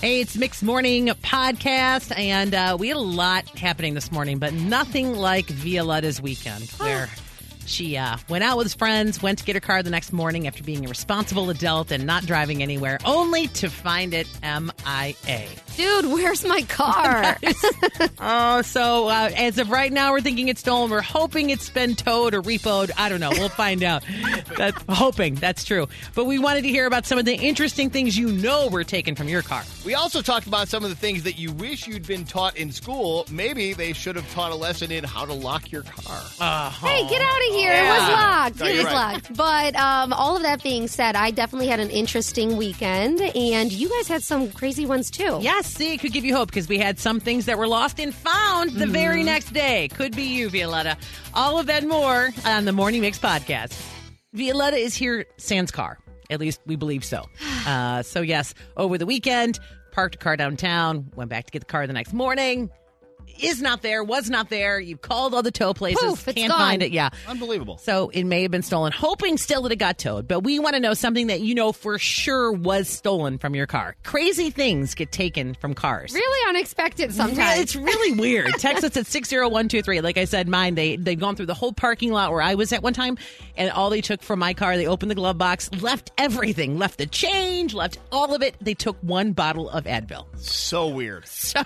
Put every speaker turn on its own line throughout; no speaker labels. Hey, it's Mixed Morning Podcast, and uh, we had a lot happening this morning, but nothing like Violetta's weekend, where she uh, went out with friends, went to get her car the next morning after being a responsible adult and not driving anywhere, only to find it MIA.
Dude, where's my car?
Oh, so uh, as of right now, we're thinking it's stolen. We're hoping it's been towed or repoed. I don't know. We'll find out. That's hoping. That's true. But we wanted to hear about some of the interesting things you know were taken from your car.
We also talked about some of the things that you wish you'd been taught in school. Maybe they should have taught a lesson in how to lock your car.
hey, get out of here. It was locked.
No,
it
you're
was
right.
locked. But um, all of that being said, I definitely had an interesting weekend, and you guys had some crazy ones too.
Yes, see, it could give you hope because we had some things that were lost and found the very
Mm-hmm.
next day. Could be you, Violetta. All of that and more on the Morning Mix podcast. Violetta is here, sans car. At least we believe so. Uh, so, yes, over the weekend, parked a car downtown, went back to get the car the next morning. Is not there, was not there. You called all the tow places,
Poof, it's
can't
gone.
find it. Yeah.
Unbelievable.
So it may have been stolen, hoping still that it got towed. But we want to know something that you know for sure was stolen from your car. Crazy things get taken from cars.
Really unexpected sometimes.
Re- It's really weird. Text us at 60123. Like I said, mine, they, they've gone through the whole parking lot where I was at one time, and all they took from my car, they opened the glove box, left everything, left the change, left all of it. They took one bottle of Advil.
So weird.
So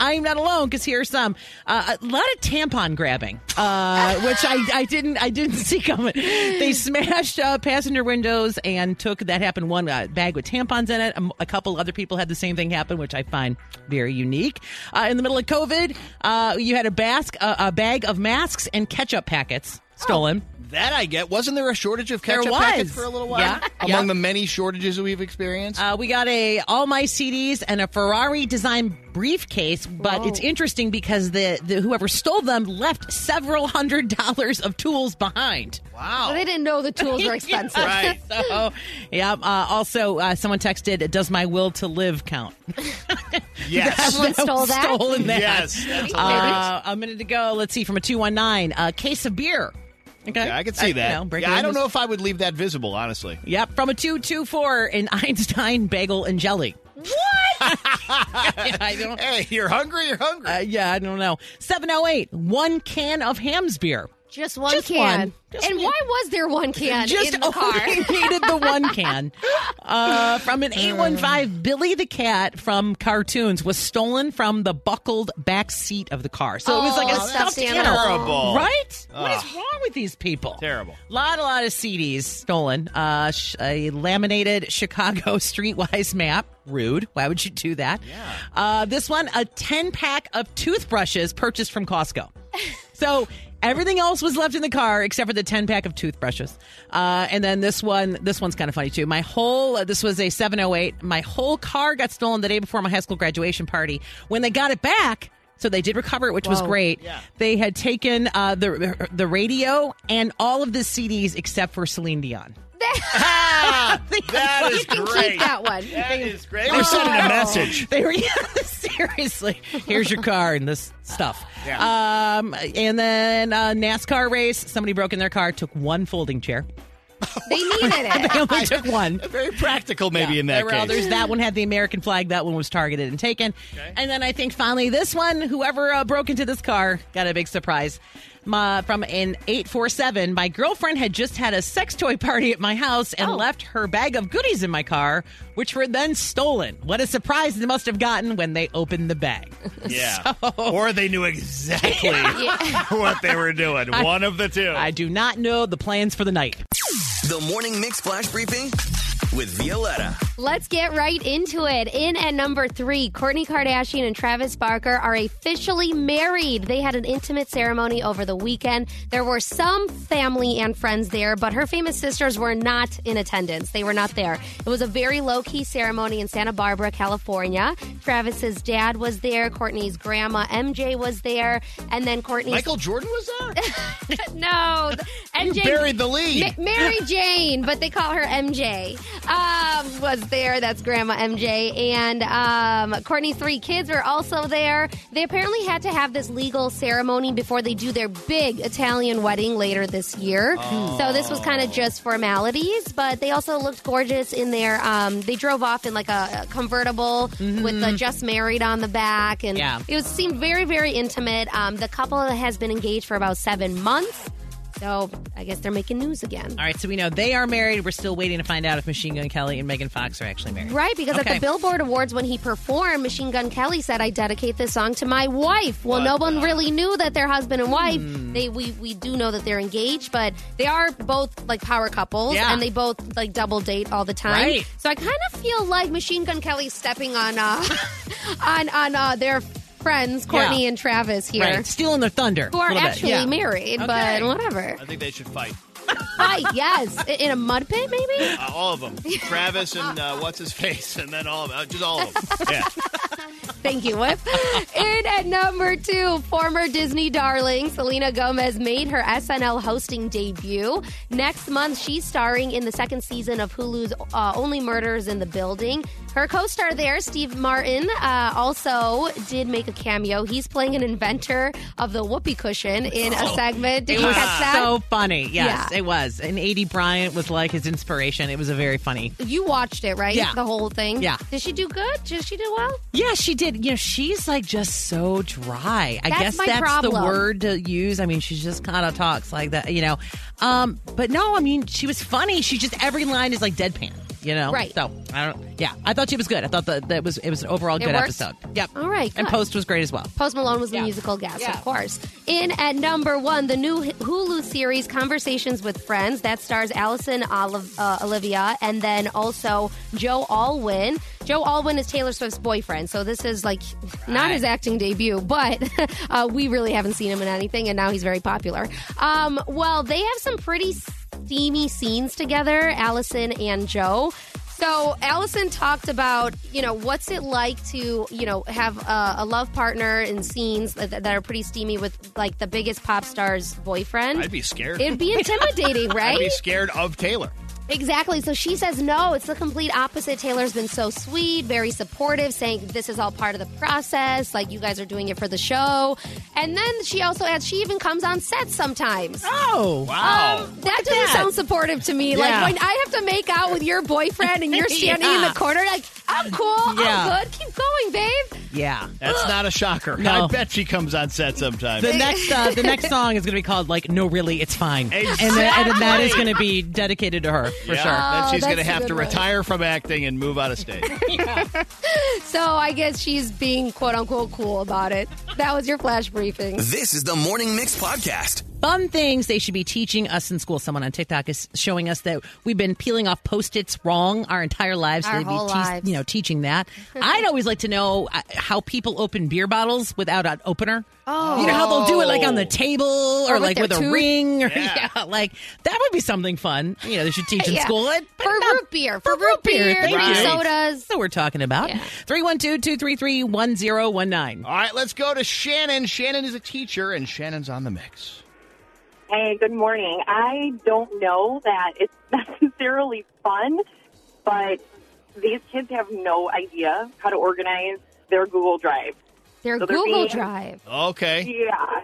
I'm not alone because here's some uh, a lot of tampon grabbing, uh, which I, I didn't I didn't see coming. They smashed uh, passenger windows and took that happened one uh, bag with tampons in it. Um, A, couple other people had the same thing happen, which I find very unique. Uh, in the middle of COVID, uh, you had a bask a, a bag of masks and ketchup packets stolen.
That I get. Wasn't there a shortage of ketchup
There was.
packets for a little while?
Yeah.
Among
Yeah.
the many shortages that we've experienced?
Uh, we got a all my CDs and a Ferrari design briefcase, but it's interesting because the, the whoever stole them left several hundred dollars of tools behind.
wow.
Well, they didn't know the tools were expensive.
Right.
So, yeah. Uh, also, uh, someone texted, "Does my will to live count?"
Yes.
Someone stole that?
Stolen that.
yes. That's
Uh, a minute ago, let's see from a two one nine, a case of beer. Okay, Uh,
yeah, I could see
you
that.
know, breaking
yeah, I
in
don't
this-
know if I would leave that visible, honestly.
Yep, from a two two four, an Einstein bagel and jelly. What? yeah, I don't.
Hey, you're hungry, you're hungry.
Uh, yeah, I don't know. 708, one can of hams beer.
Just one
Just
can.
one. Just
and
one.
why was there one can
Just
in the car?
only needed the one can. Uh, from an 815, Billy the Cat from cartoons was stolen from the buckled back seat of the car. So it was like a
Oh,
stuffed
that's
animal.
terrible.
Right? What is wrong with these people?
Terrible.
A lot, a lot of CDs stolen. Uh, sh- a laminated Chicago Streetwise map. Rude. Why would you do that? Yeah. Uh, this one, a 10 pack of toothbrushes purchased from Costco. so everything else was left in the car except for the 10 pack of toothbrushes. Uh, and then this one, this one's kind of funny too. My whole, uh, this was a 708. My whole car got stolen the day before my high school graduation party. When they got it back, so they did recover it, which was
Whoa.
great. They had taken uh, the the radio and all of the CDs except for Celine Dion.
Ah, that
you
is
can
great.
keep that one.
That is great. We're sending
Oh.
a message.
They were seriously. Here's your car and this stuff. Um, and then uh, NASCAR race. Somebody broke in their car, took one folding chair.
They needed it.
They only took one.
Very practical, maybe,
Yeah,
in
there
that
were
case.
others. That one had the American flag. That one was targeted and taken. And then I think finally this one, whoever uh, broke into this car, got a big surprise. My, from an 847, my girlfriend had just had a sex toy party at my house and
Oh.
left her bag of goodies in my car, which were then stolen. What a surprise they must have gotten when they opened the bag.
Yeah. Or they knew exactly what they were doing. One of the two.
I do not know the plans for the night.
The Morning Mix Flash Briefing with Violetta.
Let's get right into it. In at number three, Kourtney Kardashian and Travis Barker are officially married. They had an intimate ceremony over the weekend. There were some family and friends there, but her famous sisters were not in attendance. They were not there. It was a very low key ceremony in Santa Barbara, California. Travis's dad was there. Courtney's grandma MJ was there, and then Courtney's
Michael Jordan was there?
no th- MJ
buried the lead.
Ma- Mary Jane, but they call her MJ. um, was there. That's Grandma MJ. And um, Courtney's three kids were also there. They apparently had to have this legal ceremony before they do their big Italian wedding later this year. So this was kind of just formalities, but they also looked gorgeous in their. Um, they drove off in like a a convertible with the just married on the back. And
Yeah.
it was seemed very, very intimate. Um, the couple has been engaged for about seven months. So I guess they're making news again.
All right, so we know they are married. We're still waiting to find out if Machine Gun Kelly and Megan Fox are actually married.
Right, because at
Okay.
the Billboard Awards when he performed, Machine Gun Kelly said, "I dedicate this song to my wife." Well, no one really knew that they're husband and wife.
Hmm.
They we we do know that they're engaged, but they are both like power couples,
Yeah.
and they both like double date all the time.
Right.
So I kind of feel like Machine Gun Kelly's stepping on uh, on on uh, their friends Courtney
Yeah.
and Travis here,
Right, stealing their thunder.
who are
a little bit.
actually
Yeah.
married,
Okay.
but whatever.
I think they should fight.
Hi, yes, I- in a mud pit maybe.
Uh, all of them. Travis and uh, what's his face, and then all of them. Uh, just all of them. Yeah.
Thank you, Whip. In at number two, former Disney darling Selena Gomez made her SNL hosting debut. Next month, she's starring in the second season of Hulu's uh, Only Murders in the Building. Her co star there, Steve Martin, uh, also did make a cameo. He's playing an inventor of the whoopee cushion in a segment. Did
Oh. It
you
was
catch that?
so funny. Yes,
Yeah.
it was. And A.D. Bryant was like his inspiration. It was a very funny.
you watched it, right?
Yeah.
The whole thing?
Yeah.
Did she do good? Did she do well?
Yeah, she did. You know, she's like just so dry. I
That's
guess
my
that's the
problem.
word to use. I mean, she just kind of talks like that, you know. Um, but no, I mean, she was funny. She just every line is like deadpan, you know.
Right.
So I don't. Yeah, I thought she was good. I thought that that was it Oh, was an overall good
works?
episode. Yep.
All right,
And
good.
post was great as well.
Post Malone was the
Yeah.
musical guest,
Yeah.
of course. In at number one, the new Hulu series Conversations with Friends that stars Allison Olive, uh, Olivia and then also Joe Alwyn. Joe Alwyn is Taylor Swift's boyfriend, so this is like not his acting debut, but uh, we really haven't seen him in anything, and now he's very popular. Um, well, they have some pretty steamy scenes together, Allison and Joe. So Allison talked about you know what's it like to you know have a, a love partner and scenes that, that are pretty steamy with like the biggest pop star's boyfriend.
I'd be scared.
It'd be intimidating, right?
I'd be scared of Taylor.
Exactly. So she says no. It's the complete opposite. Taylor's been so sweet, very supportive, saying this is all part of the process. Like you guys are doing it for the show. And then she also adds she even comes on set sometimes.
Oh.
Wow.
Um, that doesn't
that.
sound supportive to me. Like
Yeah.
when I have to make out with your boyfriend and you're standing in
Yeah.
the corner, like I'm cool,
Yeah.
I'm good, keep going, babe.
Yeah.
That's not a shocker.
No.
I bet she comes on set sometime.
The next uh, the next song is going to be called like No Really It's Fine. And, that- and that is going to be dedicated to her for
Yeah.
sure.
Then she's
Oh,
going to
that's a
have
good
to
one.
retire from acting and move out of state.
So I guess she's being quote unquote cool about it. That was your flash briefing.
This is the Morning Mix Podcast.
fun things they should be teaching us in school. Someone on TikTok is showing us that we've been peeling off post-its wrong our entire lives.
Our
They'd be
whole lives.
you know, teaching that. I'd always like to know uh, how people open beer bottles without an opener. Oh, you know how they'll do it like on the table or,
with
like
their
with a
tooth?
ring or yeah.
Yeah.
like that would be something fun. You know, they should teach in
Yeah.
school. It- but
For
not-
root beer, for root beer,
thank
cream
you.
sodas.
So we're talking about
Yeah.
312-233-1019.
All right, let's go to Shannon. Shannon is a teacher, and Shannon's on the mix.
Hey, good morning. I don't know that it's necessarily fun, but these kids have no idea how to organize their Google Drive.
Their
So they're
Google
being-
Drive.
Okay.
Yeah.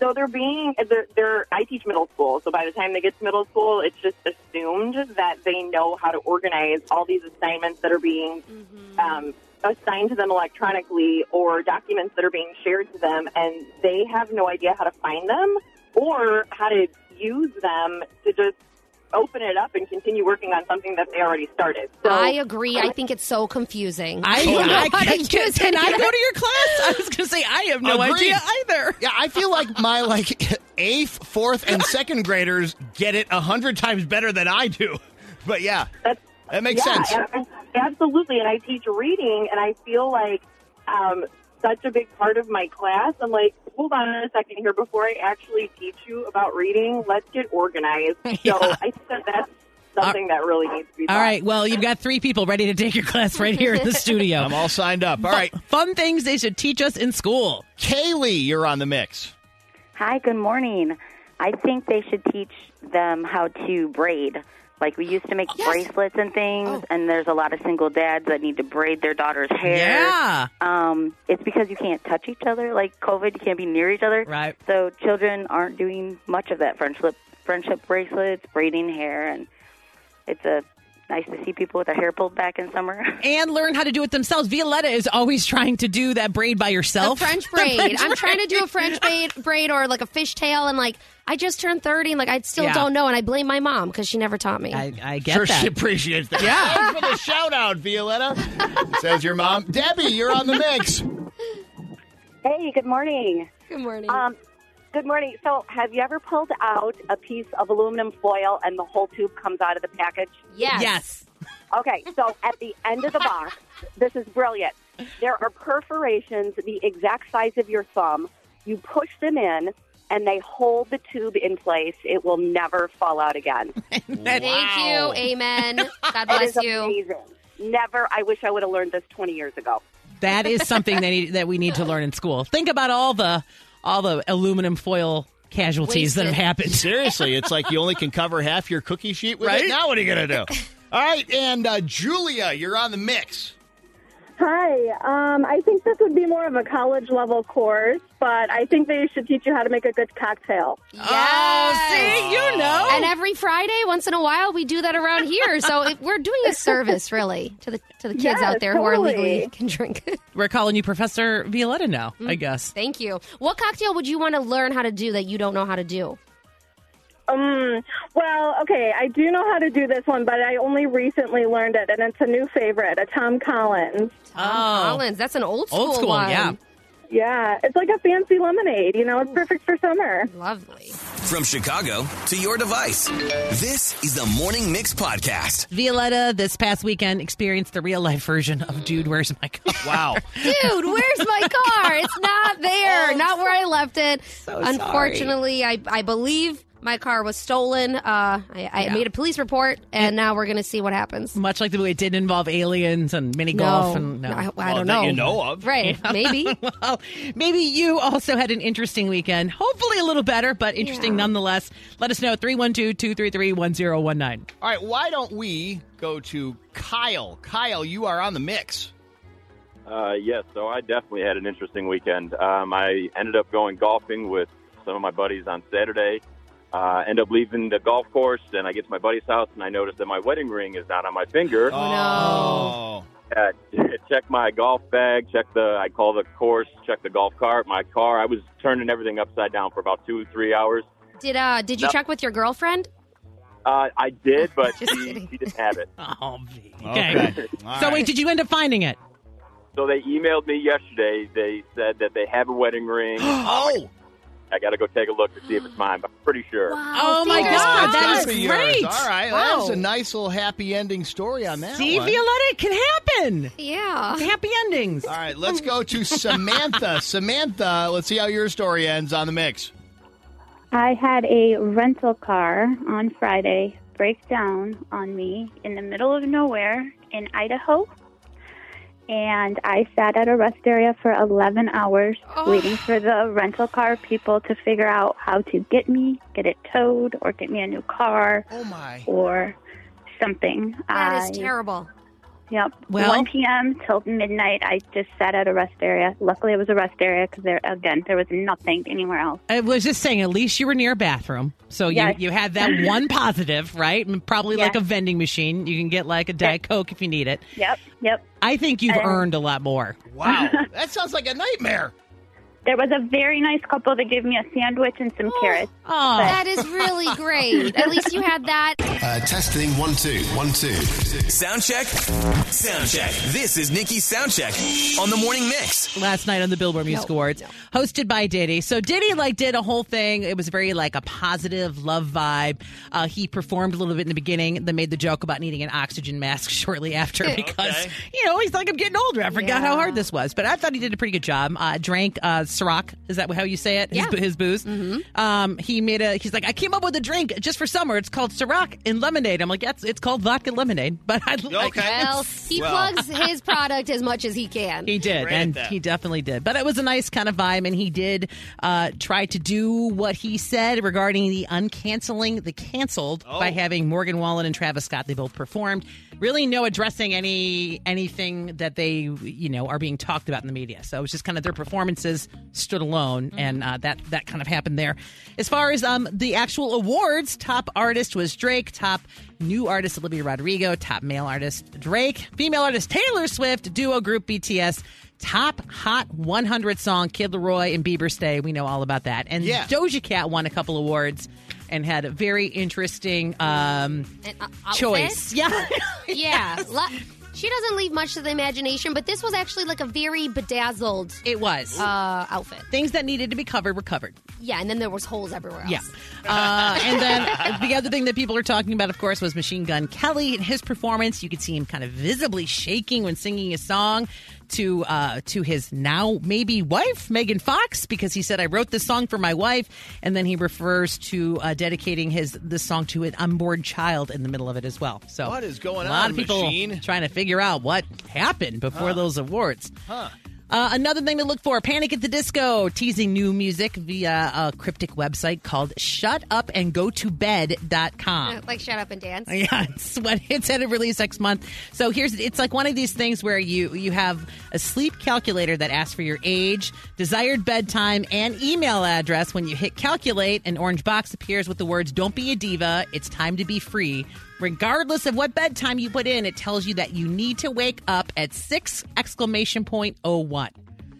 So they're being, they're, they're, I teach middle school, so by the time they get to middle school, it's just assumed that they know how to organize all these assignments that are being
Mm-hmm.
um, assigned to them electronically or documents that are being shared to them, and they have no idea how to find them or how to use them to just open it up and continue working on something that they already started. So
I agree. I think it's so confusing.
I,
don't know
Oh, I,
how to
can,
use
can
it.
I go to your class? I was going to say I have no
Agreed.
idea either.
Yeah, I feel like my like eighth, fourth, and second graders get it a hundred times better than I do. But yeah,
That's-
that makes
yeah,
sense.
ab- absolutely. And I teach reading, and I feel like um, such a big part of my class. I'm like, hold on a second here. Before I actually teach you about reading, let's get organized.
Yeah.
So I think that that's something that really needs to be
All
taught.
right. Well, you've got three people ready to take your class right here in the studio.
I'm all signed up. All right,
Fun things they should teach us in school.
Kaylee, you're on the mix.
Hi, good morning. I think they should teach them how to braid, Like we used to make
Oh, Yes.
bracelets and things,
Oh.
and there's a lot of single dads that need to braid their daughter's hair.
Yeah.
Um, it's because you can't touch each other. Like COVID, you can't be near each other.
Right.
So children aren't doing much of that friendship friendship bracelets, braiding hair, and it's a nice to see people with their hair pulled back in summer.
And learn how to do it themselves. Violetta is always trying to do that braid by
The
yourself.
French braid. I'm trying to do a French braid, braid or like a fishtail, and like I just turned 30, and like I still
Yeah.
don't know, and I blame my mom because she never taught me.
I, I get
Sure,
that.
she appreciates that.
Yeah.
Thanks for the shout out, Violetta. Says your mom, Debbie. You're on the mix.
Hey, good morning.
Good morning.
Um, good morning. So, have you ever pulled out a piece of aluminum foil and the whole tube comes out of the package?
yes.
Yes.
Okay, so at the end of the box, this is brilliant. There are perforations the exact size of your thumb. You push them in and they hold the tube in place. It will never fall out again.
That-
Thank you.
Wow.
Amen. God
It
bless
is
you.
amazing. Never. I wish I would have learned this 20 years ago.
that is something that, need, that we need to learn in school. Think about all the all the aluminum foil casualties that have
Wasted.
happened.
Seriously, it's like you only can cover half your cookie sheet with
Right?
it. Now what are you gonna do? All right, and uh, Julia, you're on the mix.
Hi. Um, I think this would be more of a college level course, but I think they should teach you how to make a good cocktail.
Oh,
Yes.
see, you know.
And every Friday, once in a while, we do that around here. So it, we're doing a service, really, to the to the kids
Yes,
out there who are
totally.
legally can drink.
We're calling you Professor Violetta now, I guess.
Thank you. What cocktail would you want to learn how to do that you don't know how to do?
Um, well, okay, I do know how to do this one, but I only recently learned it, and it's a new favorite, a Tom Collins.
Collins, that's an old school,
Oh. old school,
one.
yeah.
Yeah, it's like a fancy lemonade, you know, it's perfect for summer.
Lovely.
From Chicago to your device, this is the Morning Mix Podcast.
Violetta this past weekend experienced the real life version of Dude, Where's My Car?
Wow.
Dude, where's my car? It's not there. not where I left it.
Oh, sorry.
Unfortunately, I, I believe my car was stolen. Uh, I, I
Yeah.
made a police report, and now we're going to see what happens.
Much like the way it did involve aliens and mini golf and no.
I, I
Well,
don't
that
know.
you know of.
Right, maybe.
Well, maybe you also had an interesting weekend. Hopefully a little better, but interesting nonetheless. Let us know 312-233-1019.
All right, why don't we go to Kyle? Kyle, you are on the mix.
Uh, yes, so I definitely had an interesting weekend. Um, I ended up going golfing with some of my buddies on Saturday. Uh, end up leaving the golf course, and I get to my buddy's house, and I notice that my wedding ring is not on my
Oh,
finger.
Oh. no.
Uh, check my golf bag. Check the. I call the course. Check the golf cart. My car. I was turning everything upside down for about two, three hours.
Did uh did you
No.
check with your girlfriend?
Uh, I did, but
Just
she,
kidding.
she didn't have it.
Oh, V.
Okay.
okay.
All
So
right.
wait, did you end up finding it?
So they emailed me yesterday. They said that they have a wedding ring.
Oh,
I got to go take a look to see if it's mine, but I'm pretty sure.
Oh, my
fingers
God,
crossed.
that
gotta
is
be
great.
Yours. All right, that
Wow.
was a nice little happy ending story on that
See,
one.
Violetta, it can happen.
yeah.
Happy endings.
All right, let's go to Samantha. Samantha, let's see how your story ends on the mix.
I had a rental car on Friday break down on me in the middle of nowhere in Idaho. And I sat at a rest area for 11 hours
Oh.
waiting for the rental car people to figure out how to get me, get it towed, or get me a new car
Oh my.
or something.
That is
I-
terrible.
Yep.
Well-
1 p.m. till midnight, I just sat at a rest area. Luckily, it was a rest area because, there, again, there was nothing anywhere else.
I was just saying, at least you were near a bathroom. So
Yes.
you, you had that one positive, right? And Probably like a
Yes.
vending machine. You can get like a Diet Coke if you need it.
Yep, yep.
I think you've
And-
earned a lot more.
Wow. That sounds like a nightmare.
There was a very nice couple that gave me a sandwich and some carrots.
Oh,
That is really great. At least you had that.
Uh, testing one two one two.
Sound check. Sound check. This is Nikki's sound check on the Morning Mix.
last night on the Billboard Music Awards, hosted by Diddy. So Diddy like did a whole thing. It was very like a positive love vibe. Uh, he performed a little bit in the beginning. Then made the joke about needing an oxygen mask shortly after because you know he's like I'm getting older. I forgot how hard this was, but I thought he did a pretty good job. Uh, drank uh, Ciroc. Is that how you say it? His, his booze. Um, he made a. He's like, I came up with a drink just for summer. It's called Ciroc and lemonade. I'm like, yeah, it's, it's called vodka lemonade. But I like
Well, he plugs his product as much as he can.
He did,
Great at
and
that.
he definitely did. But it was a nice kind of vibe, and he did uh, try to do what he said regarding the uncanceling, the canceled
Oh.
by having Morgan Wallen and Travis Scott. They both performed. Really, no addressing any anything that they you know are being talked about in the media. So it was just kind of their performances stood alone,
Mm-hmm.
and uh, that that kind of happened there. As far as um, the actual awards, top artist was Drake. Top new artist Olivia Rodrigo. Top male artist Drake. Female artist Taylor Swift. Duo group BTS. Top hot 100 song Kid Leroy and Bieber Stay. We know all about that. And Doja Cat won a couple awards and had a very interesting um,
An o- outfit?
choice. Yeah.
yeah. Lo- she doesn't leave much to the imagination, but this was actually like a very bedazzled.
It was
uh, outfit.
Things that needed to be covered were covered.
Yeah, and then there was holes everywhere. Else.
Yeah. Uh, and then the other thing that people are talking about, of course, was Machine Gun Kelly and his performance. You could see him kind of visibly shaking when singing a song to uh, to his now maybe wife, Megan Fox, because he said, "I wrote this song for my wife," and then he refers to uh, dedicating his this song to an unborn child in the middle of it as well. So
What is going
a lot
on,
of people
Machine?
trying to figure out what happened before
Huh.
those awards.
Huh.
Uh, another thing to look for Panic at the Disco teasing new music via a cryptic website called shutupandgotobed.com.
Uh, Like shut up and dance.
Yeah, it's when it's at a release next month. So here's it's like one of these things where you you have a sleep calculator that asks for your age, desired bedtime, and email address. When you hit calculate, an orange box appears with the words "Don't be a diva. It's time to be free." Regardless of what bedtime you put in, it tells you that you need to wake up at six exclamation point oh one.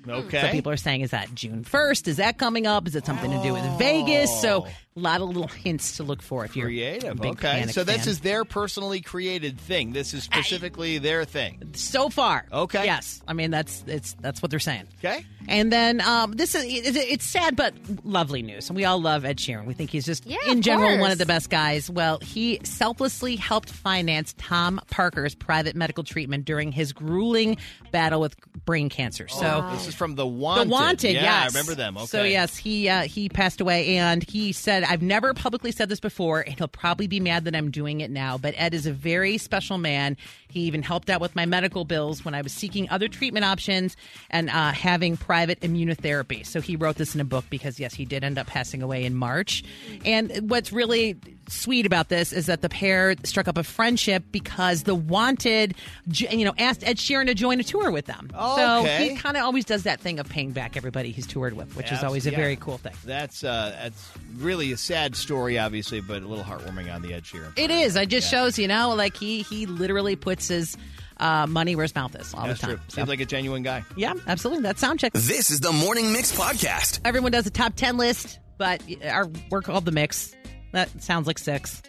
Okay.
So people are saying, is that June first? Is that coming up? Is it something to do with Vegas? So a lot of little hints to look for if you're creative. Big
Oh. Okay,
Panic
so this
fan.
is their personally created thing. This is specifically their thing.
so far.
Okay.
Yes. I mean that's it's that's what they're saying.
Okay.
And then um, this is it, it- it's sad but lovely news. And we all love Ed Sheeran. We think he's just in
of
general
course.
one of the best guys. Well, he selflessly helped finance Tom Parker's private medical treatment during his grueling battle with brain cancer. So
Oh, this is from the Wanted.
the Wanted,
yeah,
yes.
I remember them. Okay.
So yes, he uh, he passed away, and he said, "I've never publicly said this before, and he'll probably be mad that I'm doing it now." But Ed is a very special man. He even helped out with my medical bills when I was seeking other treatment options and uh, having private immunotherapy. So he wrote this in a book because yes, he did end up passing away in March. And what's really sweet about this is that the pair struck up a friendship because the Wanted, j- you know, asked Ed Sheeran to join a tour with them. So
Okay.
he kind of always does that thing of paying back everybody he's toured with, which is
Abs-
always a
yeah.
very cool thing.
That's uh, that's really a sad story, obviously, but a little heartwarming on the Ed Sheeran.
It is. It just shows, you know, like he he literally puts his uh, money where his mouth is all
That's
the time.
true. Seems like a genuine guy.
Yeah, absolutely. That's sound check.
This is the Morning Mix podcast.
Everyone does a top ten list, but our we're called the mix. That sounds like six.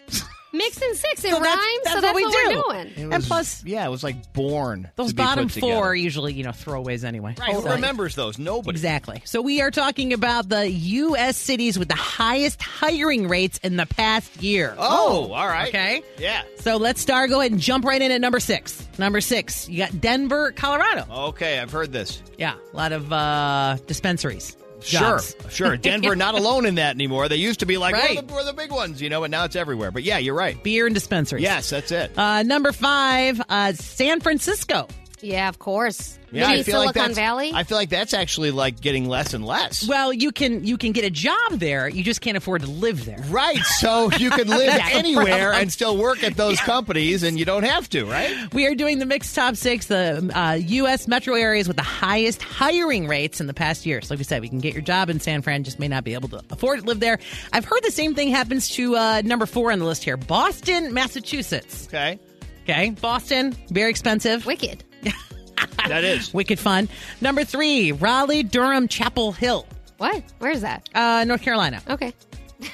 Mix and six, it
So
rhymes,
that's- that's
so
what
that's
we
what,
do.
we're doing.
And plus-
yeah, it was like born.
Those
to be put
bottom four
together.
are usually, you know, throwaways anyway.
Right. Who
So-
remembers those? Nobody.
Exactly. So we are talking about the U.S. cities with the highest hiring rates in the past year.
Oh, all right.
Okay.
Yeah.
So let's start. Go ahead and jump right in at number six. Number six, you got Denver, Colorado.
Okay, I've heard this.
Yeah, a lot of uh, dispensaries. jobs.
Sure, sure. Denver not alone in that anymore. They used to be like,
Right.
we're, the, we're the big ones, you know, but now it's everywhere. But yeah, you're right.
Beer and dispensaries.
Yes, that's it.
Uh, number five, uh, San Francisco.
Yeah, of course.
Yeah,
Mini
I feel like
Silicon
that's,
Valley.
I feel like that's actually like getting less and less.
Well, you can you can get a job there. You just can't afford to live there.
Right, so you can live
That's the
anywhere
problem.
and still work at those companies, and you don't have to, right?
We are doing the mixed top six, the uh, U.S. metro areas with the highest hiring rates in the past year. So, like we said, we can get your job in San Fran, just may not be able to afford to live there. I've heard the same thing happens to uh, number four on the list here Boston, Massachusetts.
Okay,
Okay. Boston, very expensive.
Wicked.
that is.
Wicked fun. Number three, Raleigh, Durham, Chapel Hill,
What? Where is that?
uh, North Carolina.
Okay.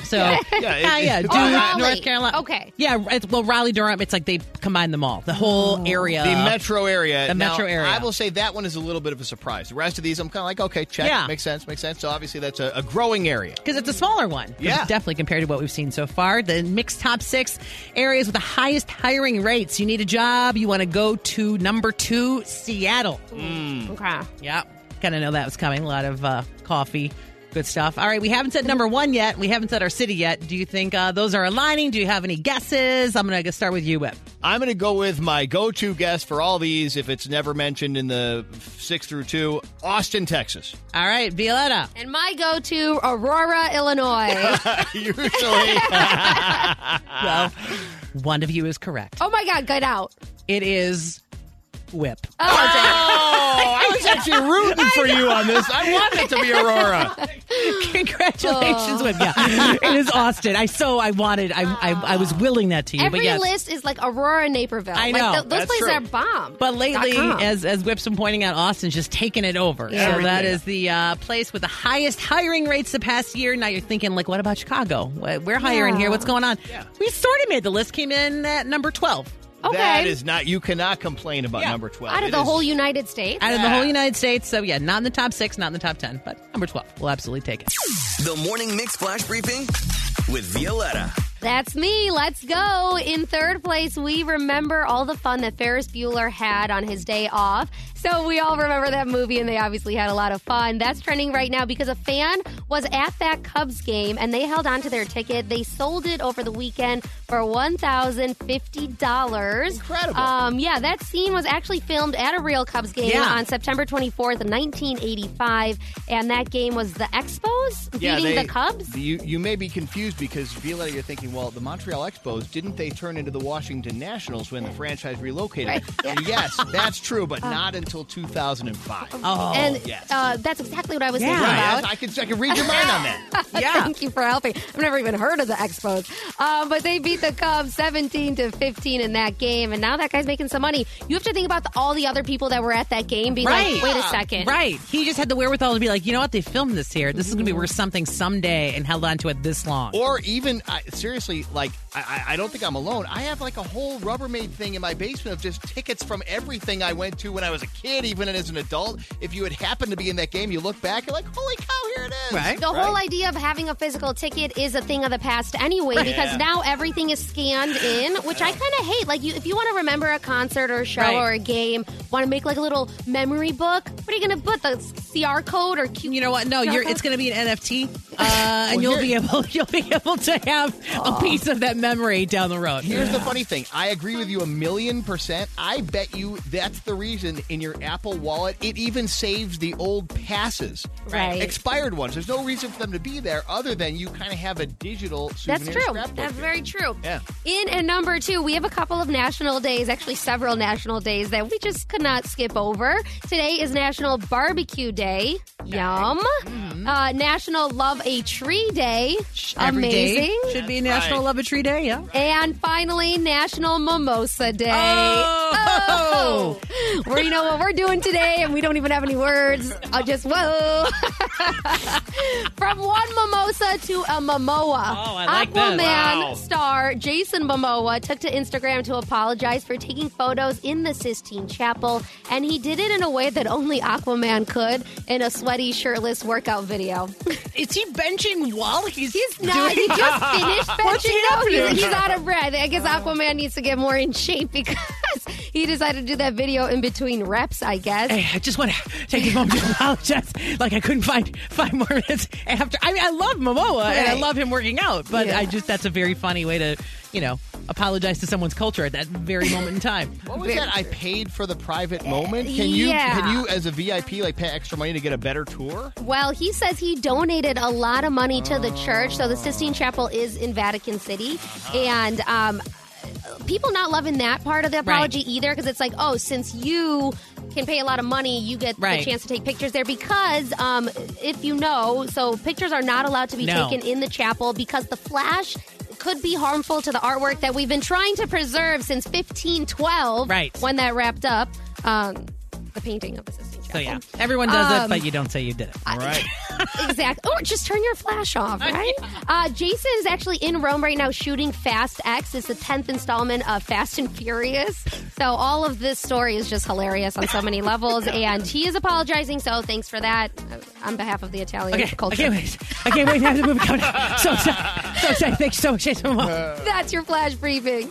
So,
Yeah, it-
Ah, yeah,
it's-
Durham,
Oh,
Raleigh.
North Carolina.
Okay.
Yeah, it's, well, Raleigh, Durham, it's like they combine them all, the whole area.
Oh. The metro area.
Uh, The
Now,
metro area.
I will say that one is a little bit of a surprise. The rest of these, I'm kind of like, okay, check.
Yeah.
Makes sense, makes sense. So obviously that's a, a growing area.
because it's a smaller one.
Yeah.
Definitely compared to what we've seen so far. The mixed top six areas with the highest hiring rates. You need a job, you want to go to number two, Seattle.
Okay.
Hmm.
Yeah. Kind of know that was coming. A lot of uh, coffee. Good stuff. All right, we haven't said number one yet. We haven't said our city yet. Do you think uh, those are aligning? Do you have any guesses? I'm going to start with you, Whip.
I'm going to go with my go to guess for all these if it's never mentioned in the six through two Austin, Texas.
All right, Violetta.
And my go to Aurora, Illinois.
Usually.
well, one of you is correct.
oh my God, get out.
It is Whip.
Oh, damn.
Oh, I was actually rooting for you on this. I want it to be Aurora.
Congratulations,
Oh.
Whip. Yeah, it is Austin. I so I wanted. I I, I was willing that to you,
Every
but yes.
list is like Aurora, Naperville.
I
Like,
know.
th- those
That's
places
true.
are bomb.
But lately,
Dot com.
as as Whip's been pointing out, Austin's just taking it over.
Yeah.
So that is the uh, place with the highest hiring rates the past year. Now you're thinking, like, what about Chicago? What- We're hiring
Yeah.
here. What's going on? We sort of made the list. Came in at number twelve
okay.
That is not, you cannot complain about number 12.
out of
It
the
is-
whole United States.
out of the whole United States. So yeah, not in the top six, not in the top ten, but number twelve. We'll absolutely take it.
The Morning Mix Flash Briefing with Violetta.
That's me. Let's go. In third place, we remember all the fun that Ferris Bueller had on his day off. So we all remember that movie, and they obviously had a lot of fun. That's trending right now because a fan was at that Cubs game and they held on to their ticket. They sold it over the weekend for one thousand fifty dollars.
Incredible.
Um, yeah, that scene was actually filmed at a real Cubs game
Yeah.
on September twenty fourth, nineteen eighty five, and that game was the Expos beating
Yeah, they-
the Cubs.
You, you may be confused because Violetta, you're thinking, well, the Montreal Expos didn't they turn into the Washington Nationals when the franchise relocated?
Right, yeah. Uh.
And yes, that's true, but not until 2005.
Oh,
and
yes.
uh, that's exactly what I was
Yeah.
thinking
Right,
about.
I, I can I can read your mind on that.
yeah.
Thank you for helping. I've never even heard of the Expos. Um, but they beat the Cubs 17 to 15 in that game, and now that guy's making some money. You have to think about the, all the other people that were at that game being
Right.
like, wait a second.
Right. He just had the wherewithal to be like, you know what? They filmed this here. This is going to be worth something someday and held on to it this long.
Or even I, seriously, like I, I I don't think I'm alone. I have like a whole Rubbermaid thing in my basement of just tickets from everything I went to when I was a kid, even as an adult. If you had happened to be in that game, you look back, you're like, holy cow, here it is.
Right.
The whole idea of having a physical ticket is a thing of the past anyway, because
Yeah.
now everything is scanned in, which I kind of hate. Like, you, if you want to remember a concert or a show
Right.
or a game, want to make like a little memory book, what are you going to put? The CR code or Q?
You know what? No, you're, it's going to be an NFT, uh, and you'll be able you'll be able to have a piece of that memory down the road.
Here's the funny thing. I agree with you a million percent. I bet you that's the reason in your Apple wallet it even saves the old passes.
Right.
Expired ones. There's no reason for them to be there other than you kind of have a digital
That's
souvenir
true.
scrapbook.
That's very true.
Yeah.
In and number two, we have a couple of national days, actually several national days that we just could not skip over. Today is National Barbecue Day. Yum. Uh, National Love a Tree Day.
Every day
Amazing.
should be National Love a Tree Day. Yeah.
And finally, National Mimosa Day.
Oh!
Oh! Well, you know what we're doing today, and we don't even have any words. i just, whoa. From one mimosa to a Momoa.
Oh, I like that.
Aquaman
Wow.
star Jason Momoa took to Instagram to apologize for taking photos in the Sistine Chapel, and he did it in a way that only Aquaman could in a sweaty, shirtless workout video.
Is he benching while he's
He's not. He just finished
What's
benching out. He's,
happening?
he's out of breath. I guess Aquaman needs to get more in shape because he decided to do that video in between reps. I guess.
Hey, I just want to take a moment to apologize. Like I couldn't find five more minutes after. I mean, I love Momoa and I
Right.
love him working out, but
Yeah.
I just that's a very funny way to, you know, apologize to someone's culture at that very moment in time.
What was that? I paid for the private moment. Can you
Eh, yeah.
can you as a VIP like pay extra money to get a better tour?
Well, he says he donated a lot of money to the church. So the Sistine Chapel is in Vatican City, and um, people not loving that part of the apology either because it's like, oh, since you can pay a lot of money, you get
Right.
the chance to take pictures there because um, if you know, so pictures are not allowed to be
No.
taken in the chapel because the flash could be harmful to the artwork that we've been trying to preserve since 1512
Right.
when that wrapped up um, the painting of the Sistine Chapel.
So yeah, everyone does it,
Um,
but you don't say you did it.
Right.
Exactly. Or oh, just turn your flash off, right? Uh, Jason is actually in Rome right now shooting Fast X. It's the 10th installment of Fast and Furious. So all of this story is just hilarious on so many levels. And he is apologizing. So thanks for that uh, on behalf of the Italian
Okay, I
culture.
can't wait. I can't wait to have the movie coming out. So excited. So excited. Thanks so much. Jason Momoa.
That's your flash briefing.